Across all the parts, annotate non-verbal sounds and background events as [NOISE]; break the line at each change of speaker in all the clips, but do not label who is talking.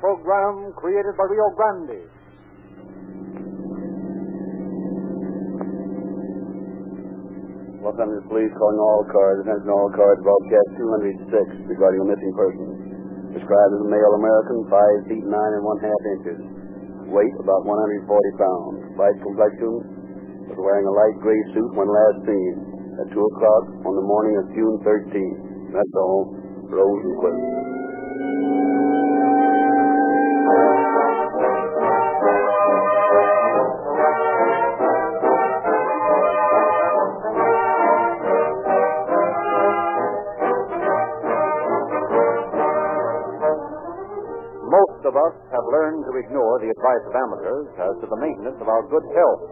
program created by Rio Grande.
Los Angeles Police calling all cars, attention all cars, broadcast 206 regarding a missing person. Described as a male American, 5 feet 9 and 1 half inches. Weight about 140 pounds. Light complexion, was wearing a light gray suit when last seen at 2 o'clock on the morning of June 13th. That's all. Rose and quit.
Most of us have learned to ignore the advice of amateurs as to the maintenance of our good health.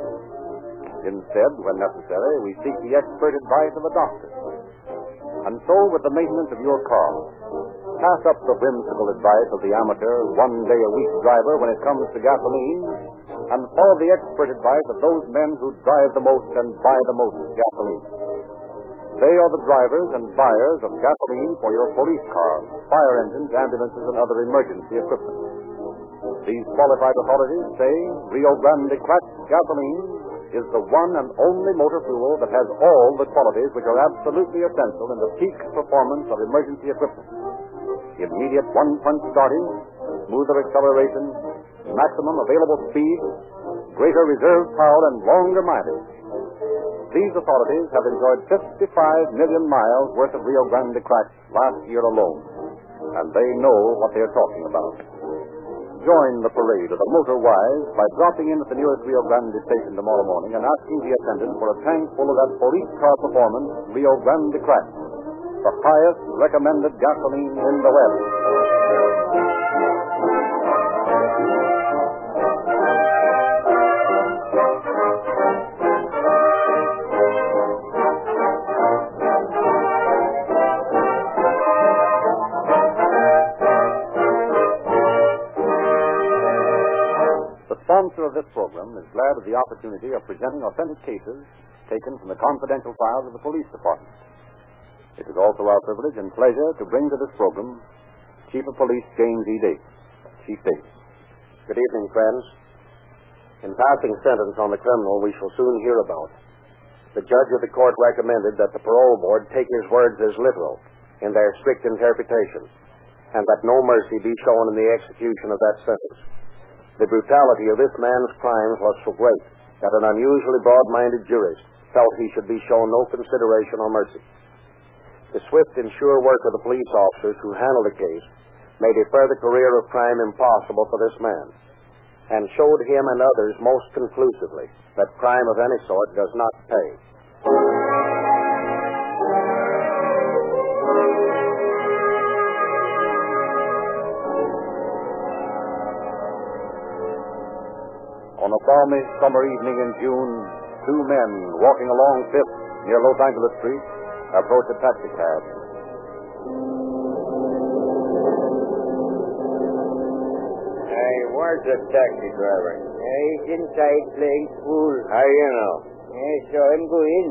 Instead, when necessary, we seek the expert advice of a doctor. And so, with the maintenance of your car, pass up the whimsical advice of the amateur one day a week driver when it comes to gasoline, and follow the expert advice of those men who drive the most and buy the most gasoline. They are the drivers and buyers of gasoline for your police cars, fire engines, ambulances, and other emergency equipment. These qualified authorities say Rio Grande cracked gasoline is the one and only motor fuel that has all the qualities which are absolutely essential in the peak performance of emergency equipment. Immediate one-punch starting, smoother acceleration, maximum available speed, greater reserve power, and longer mileage. These authorities have enjoyed 55 million miles worth of Rio Grande cracks last year alone, and they know what they are talking about. Join the parade of the motor wise by dropping in at the nearest Rio Grande station tomorrow morning and asking the attendant for a tank full of that police car performance Rio Grande crack, the highest recommended gasoline in the West. The sponsor of this program is glad of the opportunity of presenting authentic cases taken from the confidential files of the police department. It is also our privilege and pleasure to bring to this program Chief of Police James E. Davis. Chief Davis.
Good evening, friends. In passing sentence on the criminal we shall soon hear about. The judge of the court recommended that the parole board take his words as literal in their strict interpretation, and that no mercy be shown in the execution of that sentence. The brutality of this man's crimes was so great that an unusually broad minded jurist felt he should be shown no consideration or mercy. The swift and sure work of the police officers who handled the case made a further career of crime impossible for this man, and showed him and others most conclusively that crime of any sort does not pay.
On a balmy summer evening in June, two men walking along Fifth near Los Angeles Street approach a taxicab.
Hey, where's the taxi driver? he's inside playing pool. How you know? I saw him go in.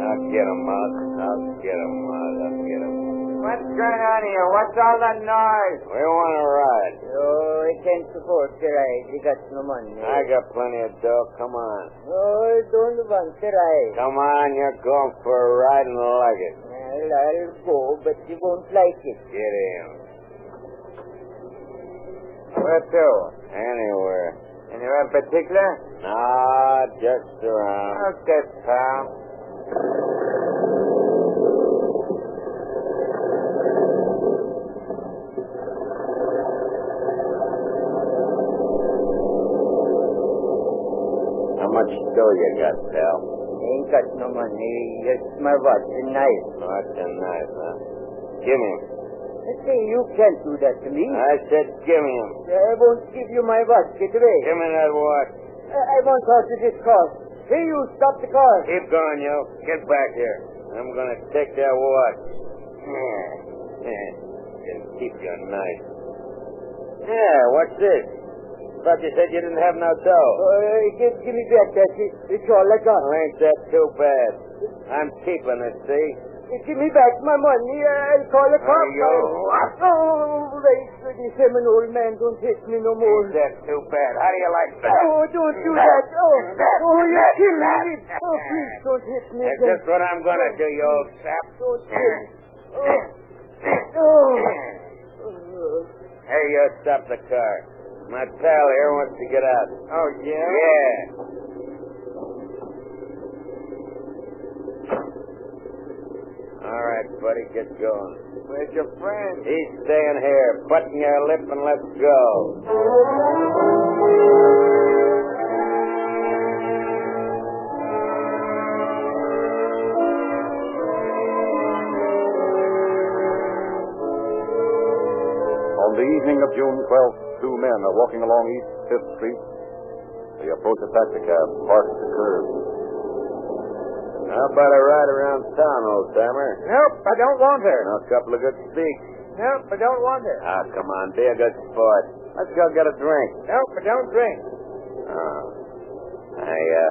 I'll get him out. I'll get him out. I'll get him out. What's going on here? What's all that noise? We want a ride. Oh, it ain't supposed to ride. You got no money. I got plenty of dough. Come on. Oh, don't want to ride. Come on, you're going for a ride and like it. Well, I'll go, but you won't like it. Get in. Where to? Anywhere. Anywhere in particular? Nah, just around. Okay, pal. How much dough you got, pal? Ain't got no money. Just my watch and knife. Watch and knife, huh? Give me. Say, you can't do that to me. I said, give me him. I won't give you my watch. Get away. Give me that watch. I, I won't talk to this car. Hey, you, stop the car. Keep going, you. Get back here. I'm going to take that watch. Yeah. Yeah. Just keep your knife. Yeah, what's this? Thought you said you didn't have no dough. Uh, just give me back, Dusty. It's all I got. Well, ain't that too bad? I'm keeping it, see?
Give me back my money. I'll call a cop.
you what?
Oh, wait for this him an old man. Don't hit me no more.
That's too bad. How do you like that?
Oh, don't do that. Oh, oh, you killed me. Oh, please don't hit me
That's
again.
just what I'm going to do, you old sap.
Don't kill me. Oh. Oh.
Hey, you stop the car. My pal here wants to get out.
Oh, yeah?
Yeah. All right, buddy, get going.
Where's your friend?
He's staying here. Button your lip and let's go. [LAUGHS]
On the evening of June 12th, two men are walking along East 5th Street. They approach a taxicab parked at the curb.
How about a ride around town, old timer?
Nope, I don't want her.
And a couple of good speaks.
Nope, I don't want her.
Ah, come on, be a good sport. Let's go get a drink.
Nope, I don't drink.
Oh. I, uh,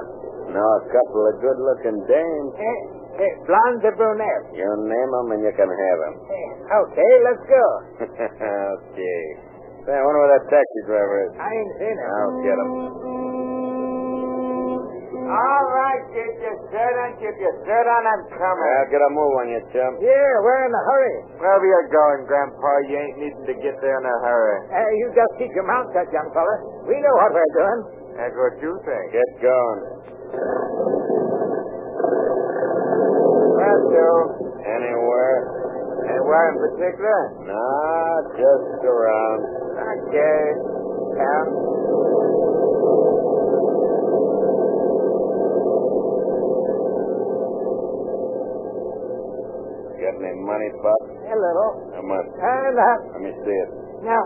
know a couple of good-looking dames.
Eh, eh, blonde or brunette?
You name 'em and you can have 'em.
Eh, okay, let's go.
okay. Say, I wonder where that taxi driver is.
I ain't seen her.
I'll get him.
All right, get your shirt on, get your shirt on, I'm coming.
I'll get a move on you, chum.
Yeah, we're in a hurry.
Wherever you're going, Grandpa, you ain't needing to get there in a hurry.
Uh, you just keep your mouth shut, young fella. We know what we're doing.
That's what you think. Get going. Where to? Anywhere. Anywhere in particular? Nah, just around. Okay. Come. Got any money, Pop?
A little.
How much?
And uh,
Let me see it.
now,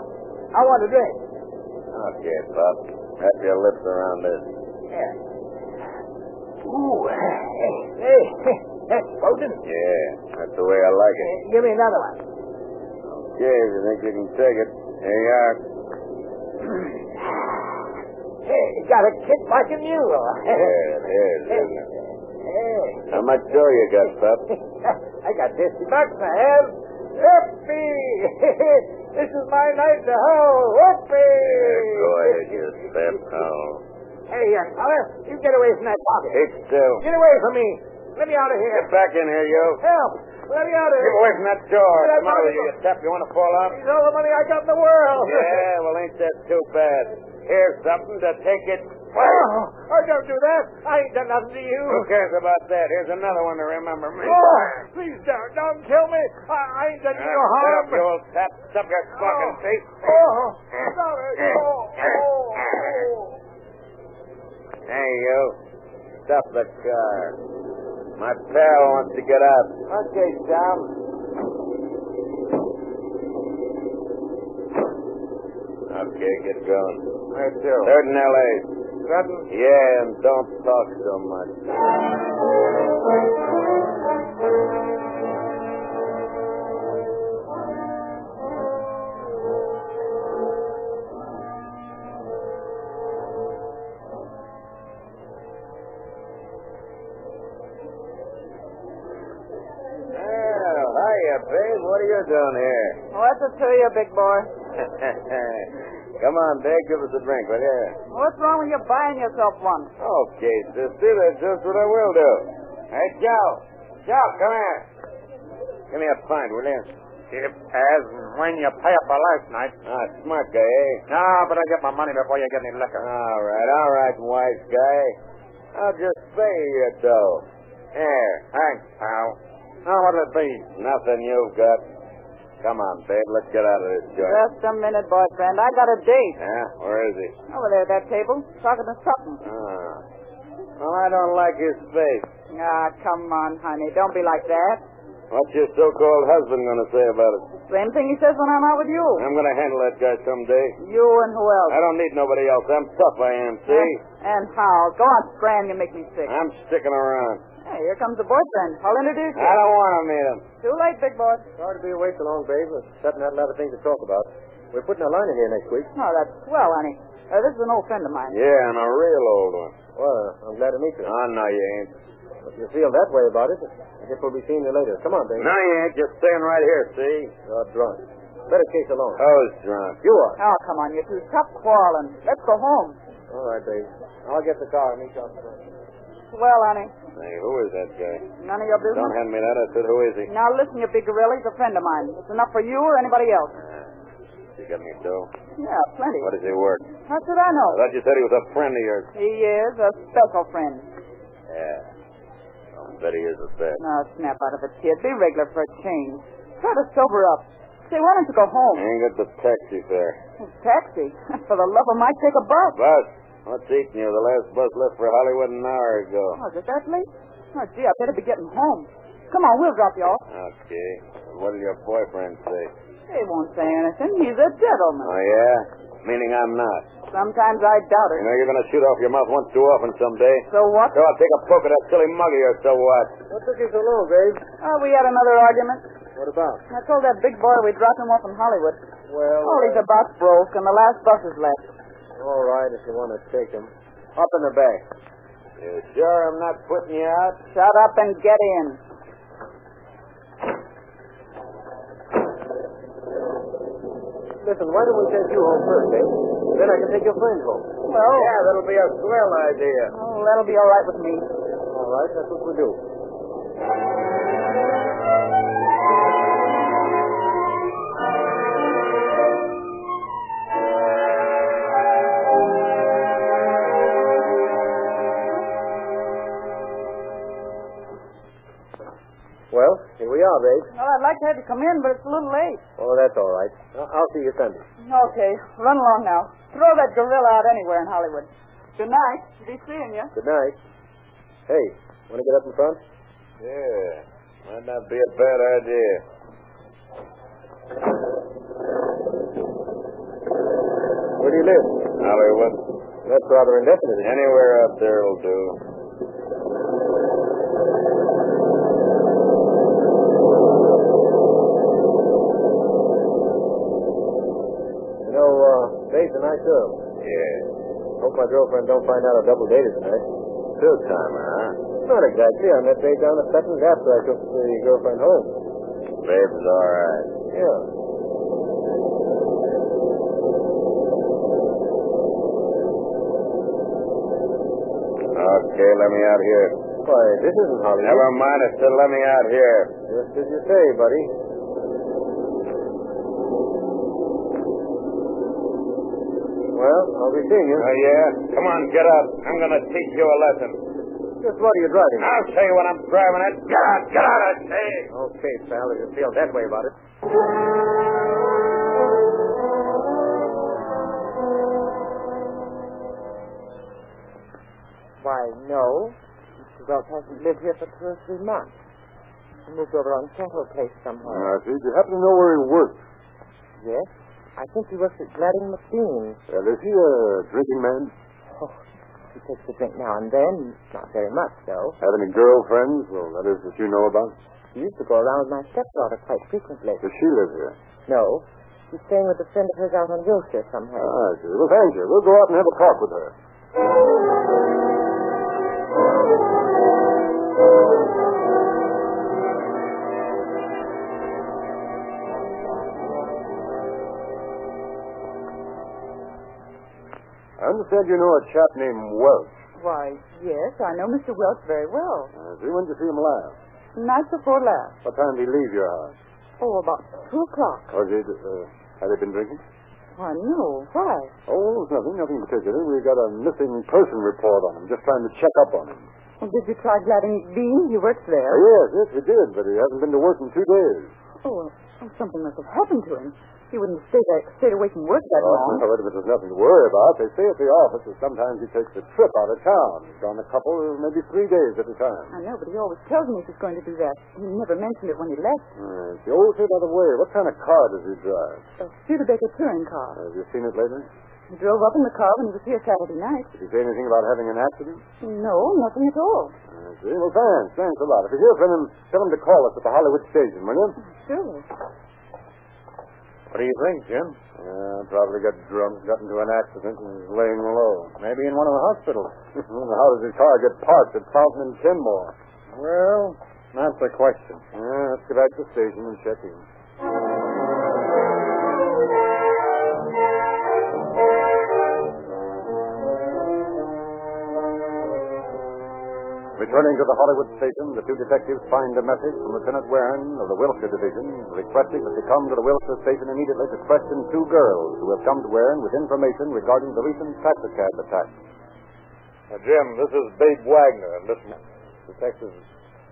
I want a drink.
Okay, Pop. Wrap your lips around this.
Yeah. Ooh, hey, [LAUGHS] that's potent.
Yeah, that's the way I like it.
Uh, give me another one.
Yeah, if you think you can take it, here you [LAUGHS] are.
Hey, you got a kick like a mule. [LAUGHS]
Here it is, isn't it?
Hey. [LAUGHS]
How much dough you got, Pop?
I got 50 bucks I have. Whoopee! [LAUGHS] this is my night to hoe. Whoopee!
Yeah, go ahead, you step home.
Hey, young fella, you get away from that pocket.
Keep still.
Get away from me. Let me out of here.
Get back in here, you.
Help! Let me out of
Get
here.
away from that door.
Get
Come
out
out
of
of here, you step. You want to fall
[LAUGHS]
off?
It's all the money I got in the world.
Yeah, well, ain't that too bad? Here's something to take it.
Oh, [LAUGHS] oh, don't do that. I ain't done nothing to you.
Who
[LAUGHS]
cares about that? Here's another one to remember me.
Oh, please don't, don't kill me. I, I ain't done you no harm.
you old sap. Stop your squawking,
Oh.
see?
Oh, sorry. Oh, oh, oh.
[LAUGHS] Hey, you. Stop the car. My pal wants to get out.
Okay, Tom.
Okay, get going.
Where to?
Third and L.A.
Sutton.
Yeah, and don't talk so much. Well, hiya, babe. What are you doing here? [LAUGHS]
What's it to you, big boy?
Come on, babe. Give us a drink, will you?
What's wrong with you buying yourself one?
Okay, sister, that's just what I will do. Hey, Joe. Joe, Eh, come here. Give me a pint, will you?
If, as and when you pay up for last night.
Ah, smart guy, eh?
No, but I get my money before you get any liquor.
All right, all right, wise guy. I'll just pay you, though. Here,
Thanks, pal. Now, what'll it be?
nothing you've got. Come on, babe, let's get out of this joint.
Just a minute, boyfriend. I got a date
Huh? Where is he?
over there at that table, talking to Sutton.
Ah. Well, I don't like his face.
Ah, come on, honey. Don't be like that.
What's your so-called husband going to say about it?
Same thing he says when I'm out with you.
I'm going to handle that guy someday.
You and who else?
I don't need nobody else. I'm tough, I am, see?
And how? Go on, Fran. You make me sick.
I'm sticking around.
Hey, here comes the boyfriend. I'll introduce you.
I don't want to meet him.
Too late, big boy.
Sorry to be away so long, babe. We're setting out a lot of things to talk about. We're putting a line in here next week.
No, Oh, that's well, honey. Uh, this is an old friend of mine.
Yeah, and a real old one.
uh,
Well, I'm glad to meet you.
Oh, no, you ain't.
If you feel that way about it, I guess we'll be seeing you later. Come on, baby.
No, you ain't. Just staying right here, see?
You're drunk. Better case alone.
Who's drunk?
You are.
Oh, come on, you two. Stop quarreling. Let's go home.
All right, baby. I'll get the car and meet you on the road.
Well, honey,
Hey, who is that guy?
none of your
Don't
business.
hand me that. I said, who is he?
Now listen, you big gorilla. He's a friend of mine. It's enough for you or anybody else.
You got any dough?
Yeah, plenty.
What does he work?
How should I know?
I thought you said he was a friend of yours.
He is a special friend.
Yeah. I'll bet he is a fed.
Now snap out of it, kid. Be regular for a change. Try to sober up. Say, why don't you go home?
Ain't got the taxi fare.
Taxi? [LAUGHS] for the love of Mike, take a bus.
Bus. What's eating you? The last bus left for Hollywood an hour ago.
Oh, is it that late? Oh, gee, I better be getting home. Come on, we'll drop you off.
Okay. What'll your boyfriend say?
He won't say anything. He's a gentleman.
Oh, yeah? Meaning I'm not.
Sometimes I doubt it.
You know, you're going to shoot off your mouth once too often someday.
So what?
So I'll take a poke at that silly mug of yours, so what?
What took you so long, babe?
Oh, we had another argument.
What about?
I told that big boy we'd drop him off in Hollywood.
Well, uh,
Oh, he's about broke, and the last bus is left.
all right if you want to take him. Up in the back.
You sure I'm not putting you out?
Shut up and get in.
Listen, why don't we take you home first, babe? Then I can take your friend home.
Well,
Yeah, that'll be a swell idea.
oh, that'll be all right with me.
All right, that's what we do. Well, here we are, babe.
Well, I'd like to have you come in, but it's a little late.
Oh, that's all right. I- I'll see you Sunday.
Okay, run along now. Throw that gorilla out anywhere in Hollywood. Good night. Be seeing you.
Good night. Hey, want to get up in front?
Yeah. Might not be a bad idea.
Where do you live?
Hollywood.
That's rather indefinite. eh? isn't it?
Anywhere up there will do.
You know, uh, Dave's a nice girl.
Yeah.
Hope my girlfriend don't find out I double dated tonight.
Two-timer, huh?
Not exactly. I met Dave down at Sutton's after I took the girlfriend home.
Babe's all right.
Yeah.
Okay, let me out here.
Why, this isn't Hollywood.
Oh, Never mind, I said let me out here.
Just as you say, buddy. Well, I'll be seeing you.
Oh, yeah? Come on, get up. I'm going to teach you a lesson.
Just what are you driving?
I'll show you what I'm driving at. Get out, get out, I say.
Okay, pal, if you feel that way about it.
Why, no. Mr. Welch hasn't lived here for two or three months. He moved over on Central Place somewhere.
Uh, did you happen to know where he works?
Yes? I think he works at Gladding McBean.
Uh, is he a drinking man?
Oh, he takes a drink now and then. Not very much, though.
Have any girlfriends? Well, that is that you know about.
He used to go around with my stepdaughter quite frequently.
Does she live here?
No. He's staying with a friend of hers out on Wilshire somewhere.
Ah, I see. Well, thank you. We'll go out and have a talk with her. I understand you know a chap named Welch.
Why, yes, I know Mr. Welch very well.
Uh, see, when did you see him last?
Night before last.
What time did he leave your house?
Oh, about two o'clock.
Oh, did, uh, have they been drinking?
Why, no. Why?
Oh, nothing, nothing particular. We've got a missing person report on him. Just trying to check up on him.
Well, did you try Gladding McBean? He works
Uh,
there.
yes, yes, he did, but he hasn't been to work in two days.
Oh, well, something must have happened to him. He wouldn't stay there, stayed away from work that
Oh,
long.
no, wait a minute. There's nothing to worry about. They say at the office that sometimes he takes a trip out of town. He's gone a couple, maybe three days at a time.
I know, but he always tells me he's going to do that. He never mentioned it when he left.
Uh, it's the old thing, by the way. What kind of car does he drive? Uh,
A Studebaker touring car.
Have you seen it lately?
He drove up in the car when he was here Saturday night.
Did he say anything about having an accident?
No, nothing at all.
I see. Well, thanks. Thanks a lot. If you hear from him, tell him to call us at the Hollywood station, will you?
Sure.
What do you think, Jim? Uh, probably got drunk, got into an accident, and is [LAUGHS] laying low. Maybe in one of the hospitals. How does his car get parked at Fountain and Kenmore? Well, that's the question. Yeah, let's go back to the station and check in. Returning to the Hollywood station, the two detectives find a message from Lieutenant Warren of the Wilshire Division requesting that they come to the Wilshire station immediately to question two girls who have come to Warren with information regarding the recent taxicab attack.
Jim, this is Babe Wagner. and This is Detective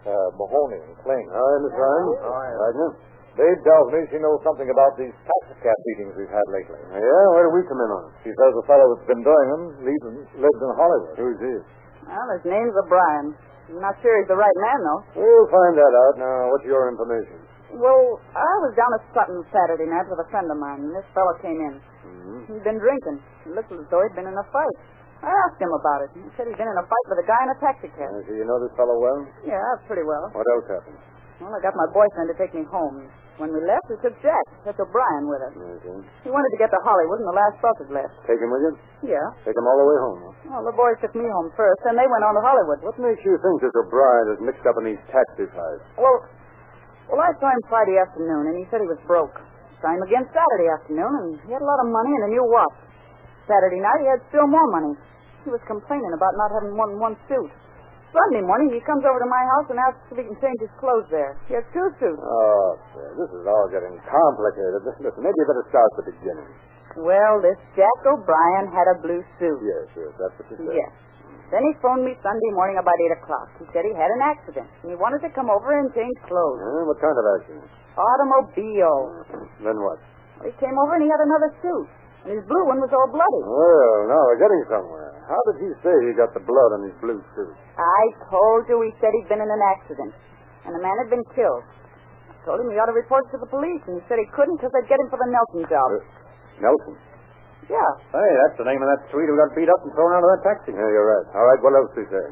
uh, Mahoney and Kling.
Hi, Miss Ryan. Wagner?
Babe tells me she knows something about these taxicab beatings we've had lately.
Yeah, where do we come in on it?
She says the fellow that's been doing them lives in, lives in Hollywood.
Who's this?
Well, his name's O'Brien. I'm not sure he's the right man, though.
We'll find that out. Now, what's your information?
Well, I was down at Sutton Saturday night with a friend of mine, and this fellow came in.
Mm-hmm.
He'd been drinking. It looked as though he'd been in a fight. I asked him about it. He said he'd been in a fight with a guy in a taxicab.
so you know this fellow well?
Yeah, pretty well.
What else happened?
Well, I got my boyfriend to take me home. When we left, we took Jack, that's O'Brien, with us. He
Okay.
wanted to get to Hollywood, and the last bus had left.
Take him with you?
Yeah.
Take him all the way home. huh?
Well, the boys took me home first, and they went on to Hollywood.
What makes you think this O'Brien is mixed up in these taxi fights?
Well, well, I saw him Friday afternoon, and he said he was broke. Saw him again Saturday afternoon, and he had a lot of money and a new watch. Saturday night, he had still more money. He was complaining about not having more than one suit. Sunday morning, he comes over to my house and asks if he can change his clothes there. He has two suits.
Oh, sir, this is all getting complicated. Listen, listen, maybe you better start at the beginning.
Well, this Jack O'Brien had a blue suit.
Yes, yes, that's what you said.
Yes. Then he phoned me Sunday morning about 8 o'clock. He said he had an accident, and he wanted to come over and change clothes.
Huh? what kind of accident?
Automobile.
Then what?
He came over and he had another suit, and his blue one was all bloody.
Oh, now we're getting somewhere. How did he say he got the blood on his blue suit?
I told you he said he'd been in an accident, and a man had been killed. I told him he ought to report it to the police, and he said he couldn't because they'd get him for the Nelson job.
Nelson.
Yeah.
Hey, that's the name of that sweet who got beat up and thrown out of that taxi. Yeah, you're right. All right, what else did he say?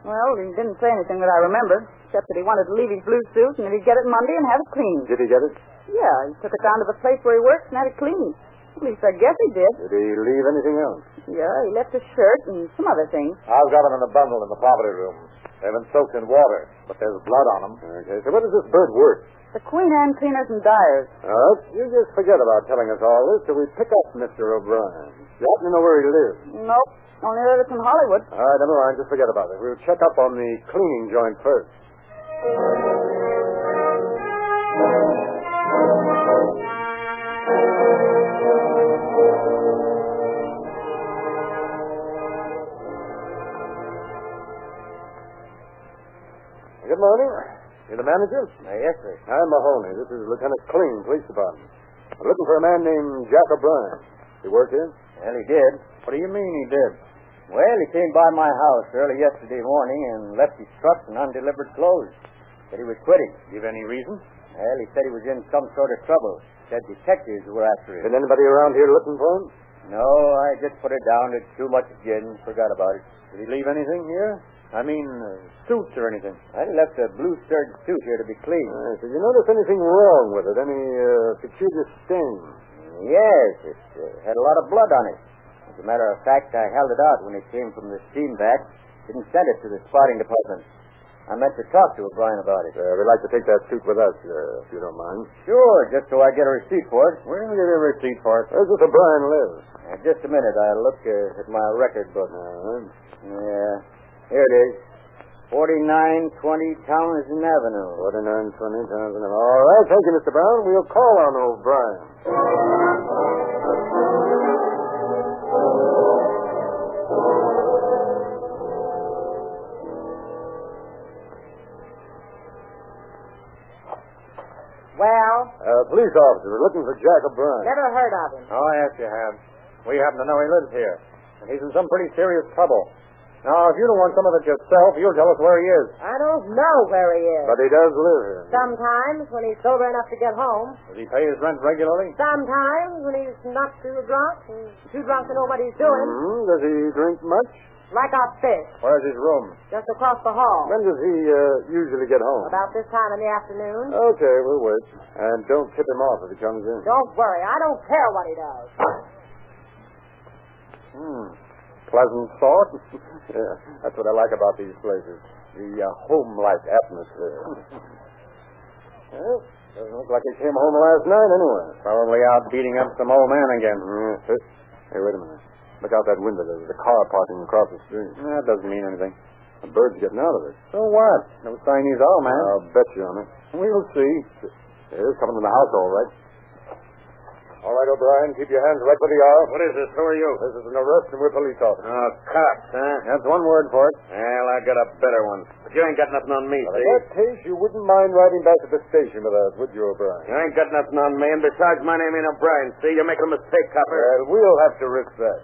Well, he didn't say anything that I remember, except that he wanted to leave his blue suit and that he'd get it Monday and have it cleaned.
Did he get it?
Yeah, he took it down to the place where he works and had it cleaned. At least I guess he did.
Did he leave anything else?
Yeah, he left a shirt and some other things.
I've got them in a bundle in the property room. They've been soaked in water, but there's blood on them.
Okay, so where does this bird work?
The Queen Anne Cleaners and Dyers.
Uh, you just forget about telling us all this till we pick up Mr. O'Brien. You happen to know where he lives.
Nope, only that it's in Hollywood.
All right, never mind. Just forget about it. We'll check up on the cleaning joint first. Good morning. You the manager?
yes, sir.
I'm Mahoney. This is Lieutenant Kling, Police Department. I'm looking for a man named Jack O'Brien. He work here?
Well, he did.
What do you mean he did?
Well, he came by my house early yesterday morning and left his truck and undelivered clothes. Said he was quitting.
Give any reason?
Well, he said he was in some sort of trouble. Said detectives were after him.
Is anybody around here looking for him?
No, I just put it down to too much gin. Forgot about it.
Did he leave anything here? I mean, uh, suits or anything?
I left a blue serge suit here to be cleaned.
Uh, did you notice anything wrong with it? Any uh, peculiar stain?
Yes, it uh, had a lot of blood on it. As a matter of fact, I held it out when it came from the steam back. Didn't send it to the spotting department. I meant to talk to O'Brien about it.
Uh, we'd like to take that suit with us, uh, if you don't mind.
Sure, just so I get a receipt for it.
We'll get a receipt for it. Where's this O'Brien live?
Uh, just a minute. I'll look uh, at my record book.
Uh,
Yeah. Here it is. 4920 Townsend Avenue.
49, 20, thousand. All right, thank you, Mr. Brown. We'll call on O'Brien.
Well,
Uh, police officer, we're looking for Jack O'Brien.
never heard of him.
Oh, yes, you have. We happen to know he lives here. And he's in some pretty serious trouble. Now, if you don't want some of it yourself, you'll tell us where he is.
I don't know where he is.
But he does live here.
Sometimes when he's sober enough to get home.
Does he pay his rent regularly?
Sometimes when he's not too drunk and too drunk to know what he's doing.
Mhm. Does he drink much?
Like a fish,
Where's his room?
just across the hall.
When does he uh, usually get home?
About this time in the afternoon.
Okay, we'll wait. And don't tip him off if he comes in.
Don't worry, I don't care what he does.
[LAUGHS]
Hmm. Pleasant thought. yeah, that's what I like about these places.
The uh, home-like atmosphere.
[LAUGHS] Well, doesn't look like he came home last night anyway. Probably out beating up some old man again. Hmm. Hey, wait a minute. Look out that window. There's a car parking across the street. That doesn't mean anything. The bird's getting out of it. So what? No sign he's all, man.
I'll bet you on it.
We'll see.
There's coming to the house, all right. All right, O'Brien, keep your hands right where they are.
What is this? Who are you?
This is an arrest, and we're police officers.
Oh, cops, huh?
That's one word for it.
Well, I got a better one. But you ain't got nothing on me,
Well, in
see?
that case, you wouldn't mind riding back to the station with us, would you, O'Brien?
You ain't got nothing on me, and besides, my name ain't O'Brien, see? You're making a mistake, copper.
Uh,
Well, we'll have to risk that.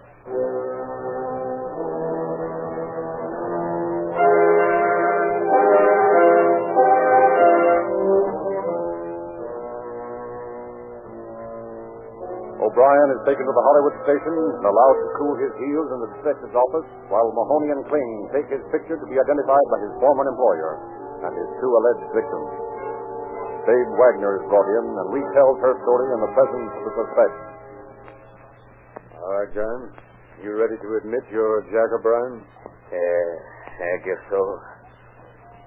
O'Brien is taken to the Hollywood station and allowed to cool his heels in the detective's office while Mahoney and Kling take his picture to be identified by his former employer and his two alleged victims. Babe Wagner is brought in and retells her story in the presence of the suspect.
All right, John. You ready to admit you're Jack O'Brien?
Yeah, I guess so.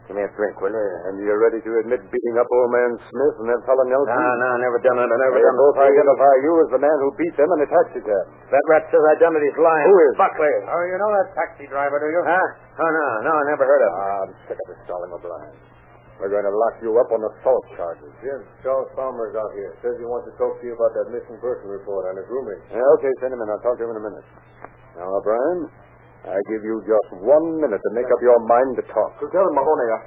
Give me a drink, will you?
And you're ready to admit beating up old man Smith and that fellow Nelson?
No, no, I never done it. I never
They
done
both
it.
identify you as the man who beat them in a taxi cab.
That rat says identity's lying.
Who is?
Buckley.
Oh, you know that taxi driver, do you?
Huh? Oh, no, no, I never heard of him.
Ah, I'm sick of this stalling, O'Brien. We're going to lock you up on assault charges. Jim, Charles Palmer is out here. Says he wants to talk to you about that missing person report on his roommate. Yeah, okay, send him in. I'll talk to him in a minute. Now, O'Brien, I give you just one minute to make up your mind to talk.
Lieutenant Mahoney, I...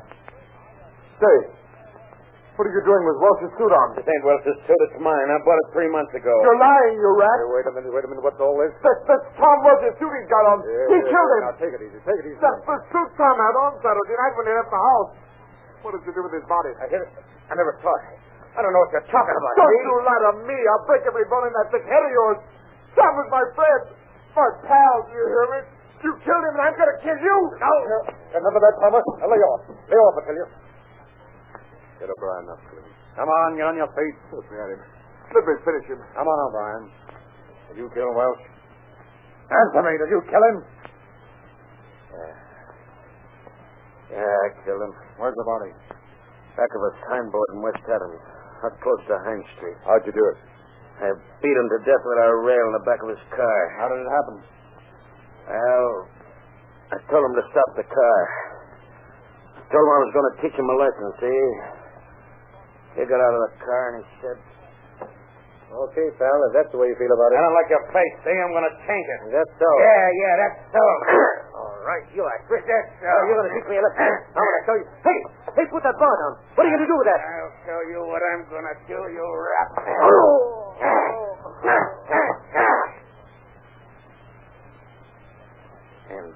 Say, what are you doing with Welsh's suit on?
This ain't Welch's suit. It's mine. I bought it three months ago.
You're lying, you rat.
Hey, wait a minute, wait a minute. What's all this?
That's, that's Tom Welsh's suit he's got on. he killed him.
Now, take it easy. Take it easy.
That's the suit Tom had on Saturday night when he left the house. What did you do with his body?
I, I never thought. I don't know what you're talking about.
Don't you lie to me. I'll break every bone in that thick head of yours. Tom was my friend. My pal, do you hear me? You killed him, and I'm going to kill you. No.
Remember that, Palmer? Now, lay off. Lay off, I tell you. Get O'Brien up, please.
Come on, get on your feet.
Look at him.
Let me finish him.
Come on, O'Brien. Did you kill Welch? Answer me. Did you kill him?
Yeah, I killed him.
Where's the body?
Back of a signboard in West Adams. Up close to Hines Street.
How'd you do it?
I beat him to death with a rail in the back of his car.
How did it happen?
Well, I told him to stop the car. I told him I was going to teach him a lesson, see? He got out of the car and he said,
Okay, pal, if that's the way you feel about it.
I don't like your face, see? I'm going to change it.
That's so.
Yeah, yeah, that's so. [COUGHS] All right, you eh? are. That's so. you're going to teach me a lesson. I'm going to show you. Hey, hey, put that bar down. What are you going to do with that? I'll show you what I'm going to do, you rat. and,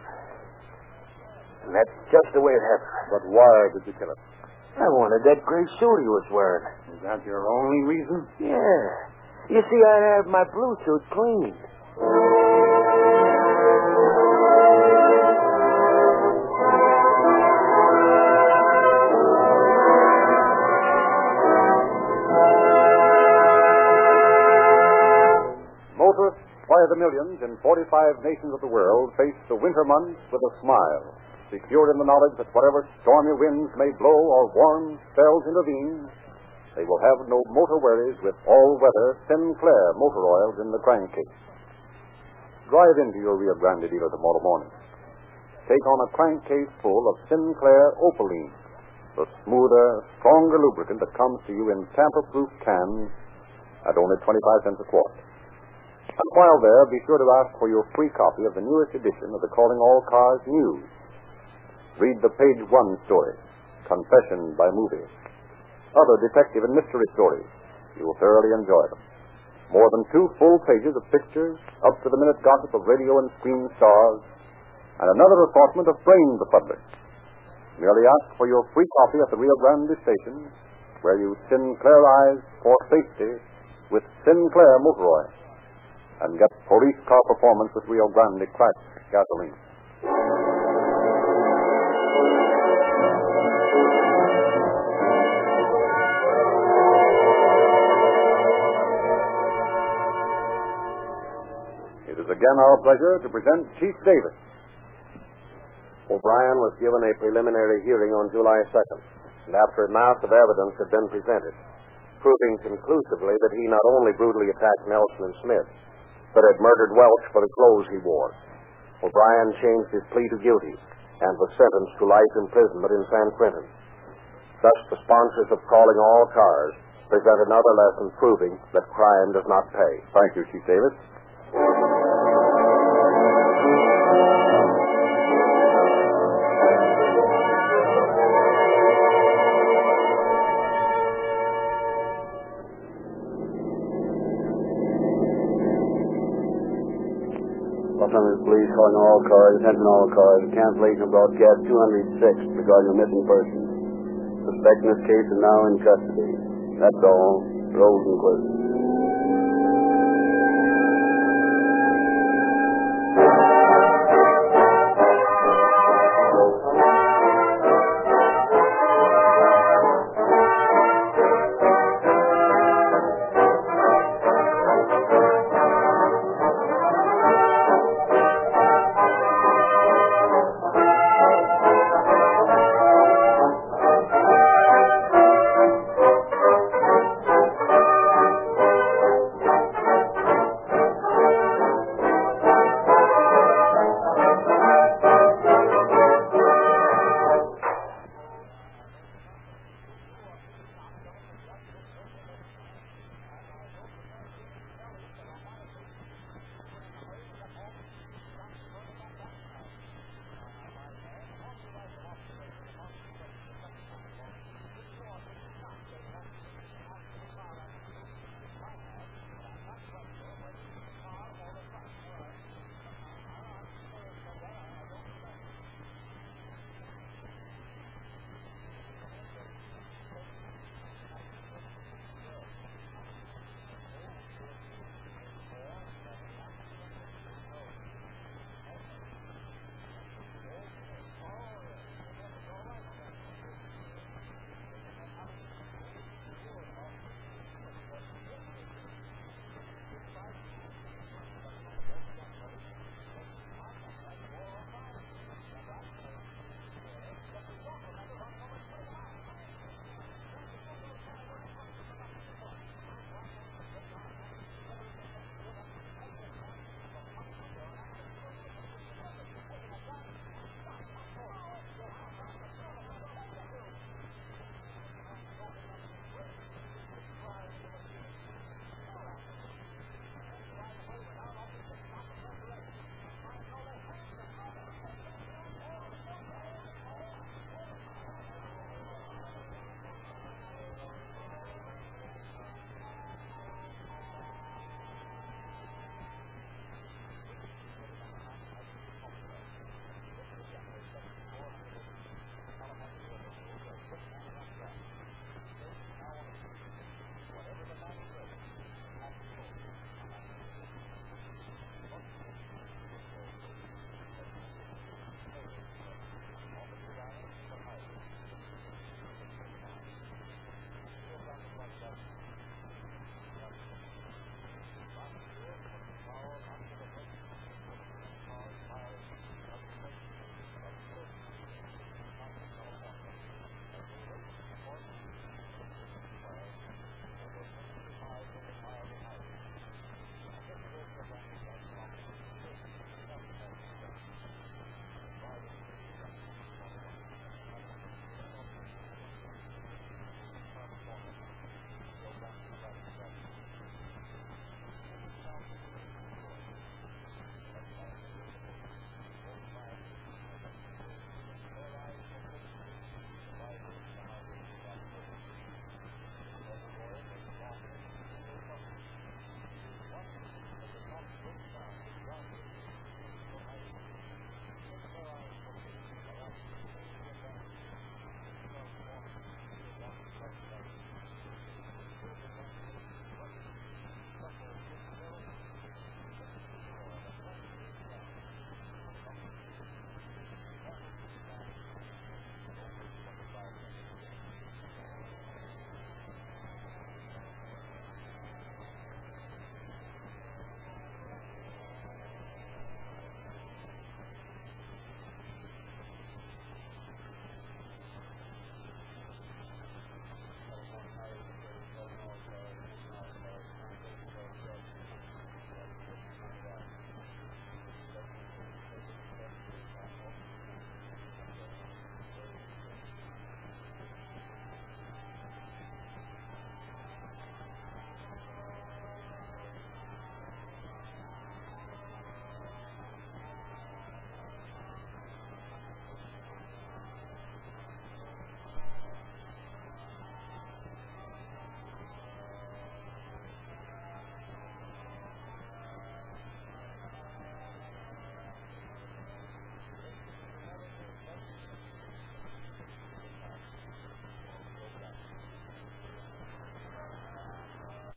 and that's just the way it happened.
But why did you kill him?
I wanted that gray suit he was wearing.
Is that your only reason?
Yeah. You see, I have my blue suit cleaned.
Motorists by the millions in 45 nations of the world face the winter months with a smile, secure in the knowledge that whatever stormy winds may blow or warm spells intervene, they will have no motor worries with all-weather Sinclair motor oils in the crankcase. Drive into your Rio Grande dealer tomorrow morning. Take on a crankcase full of Sinclair Opaline, the smoother, stronger lubricant that comes to you in tamper-proof cans at only 25 cents a quart. And while there, be sure to ask for your free copy of the newest edition of the Calling All Cars News. Read the page one story, Confession by Movie. Other detective and mystery stories. You will thoroughly enjoy them. More than two full pages of pictures, up to the minute gossip of radio and screen stars, and another assortment of brain befuddlers. Merely ask for your free copy at the Rio Grande station, where you Sinclairize for safety with Sinclair Motor Oil and get police car performance with Rio Grande cracked gasoline. It is again our pleasure to present Chief Davis. O'Brien was given a preliminary hearing on July 2nd, and after a mass of evidence had been presented, proving conclusively that he not only brutally attacked Nelson and Smith, but had murdered Welch for the clothes he wore. O'Brien changed his plea to guilty and was sentenced to life imprisonment in San Quentin. Thus, the sponsors of Calling All Cars present another lesson proving that crime does not pay.
Thank you, Chief Davis.
Los Angeles Police calling all cars, attention all cars, cancellation of broadcast 206 regarding a missing person. Suspect in this case is now in custody. That's all. Rose and Quist.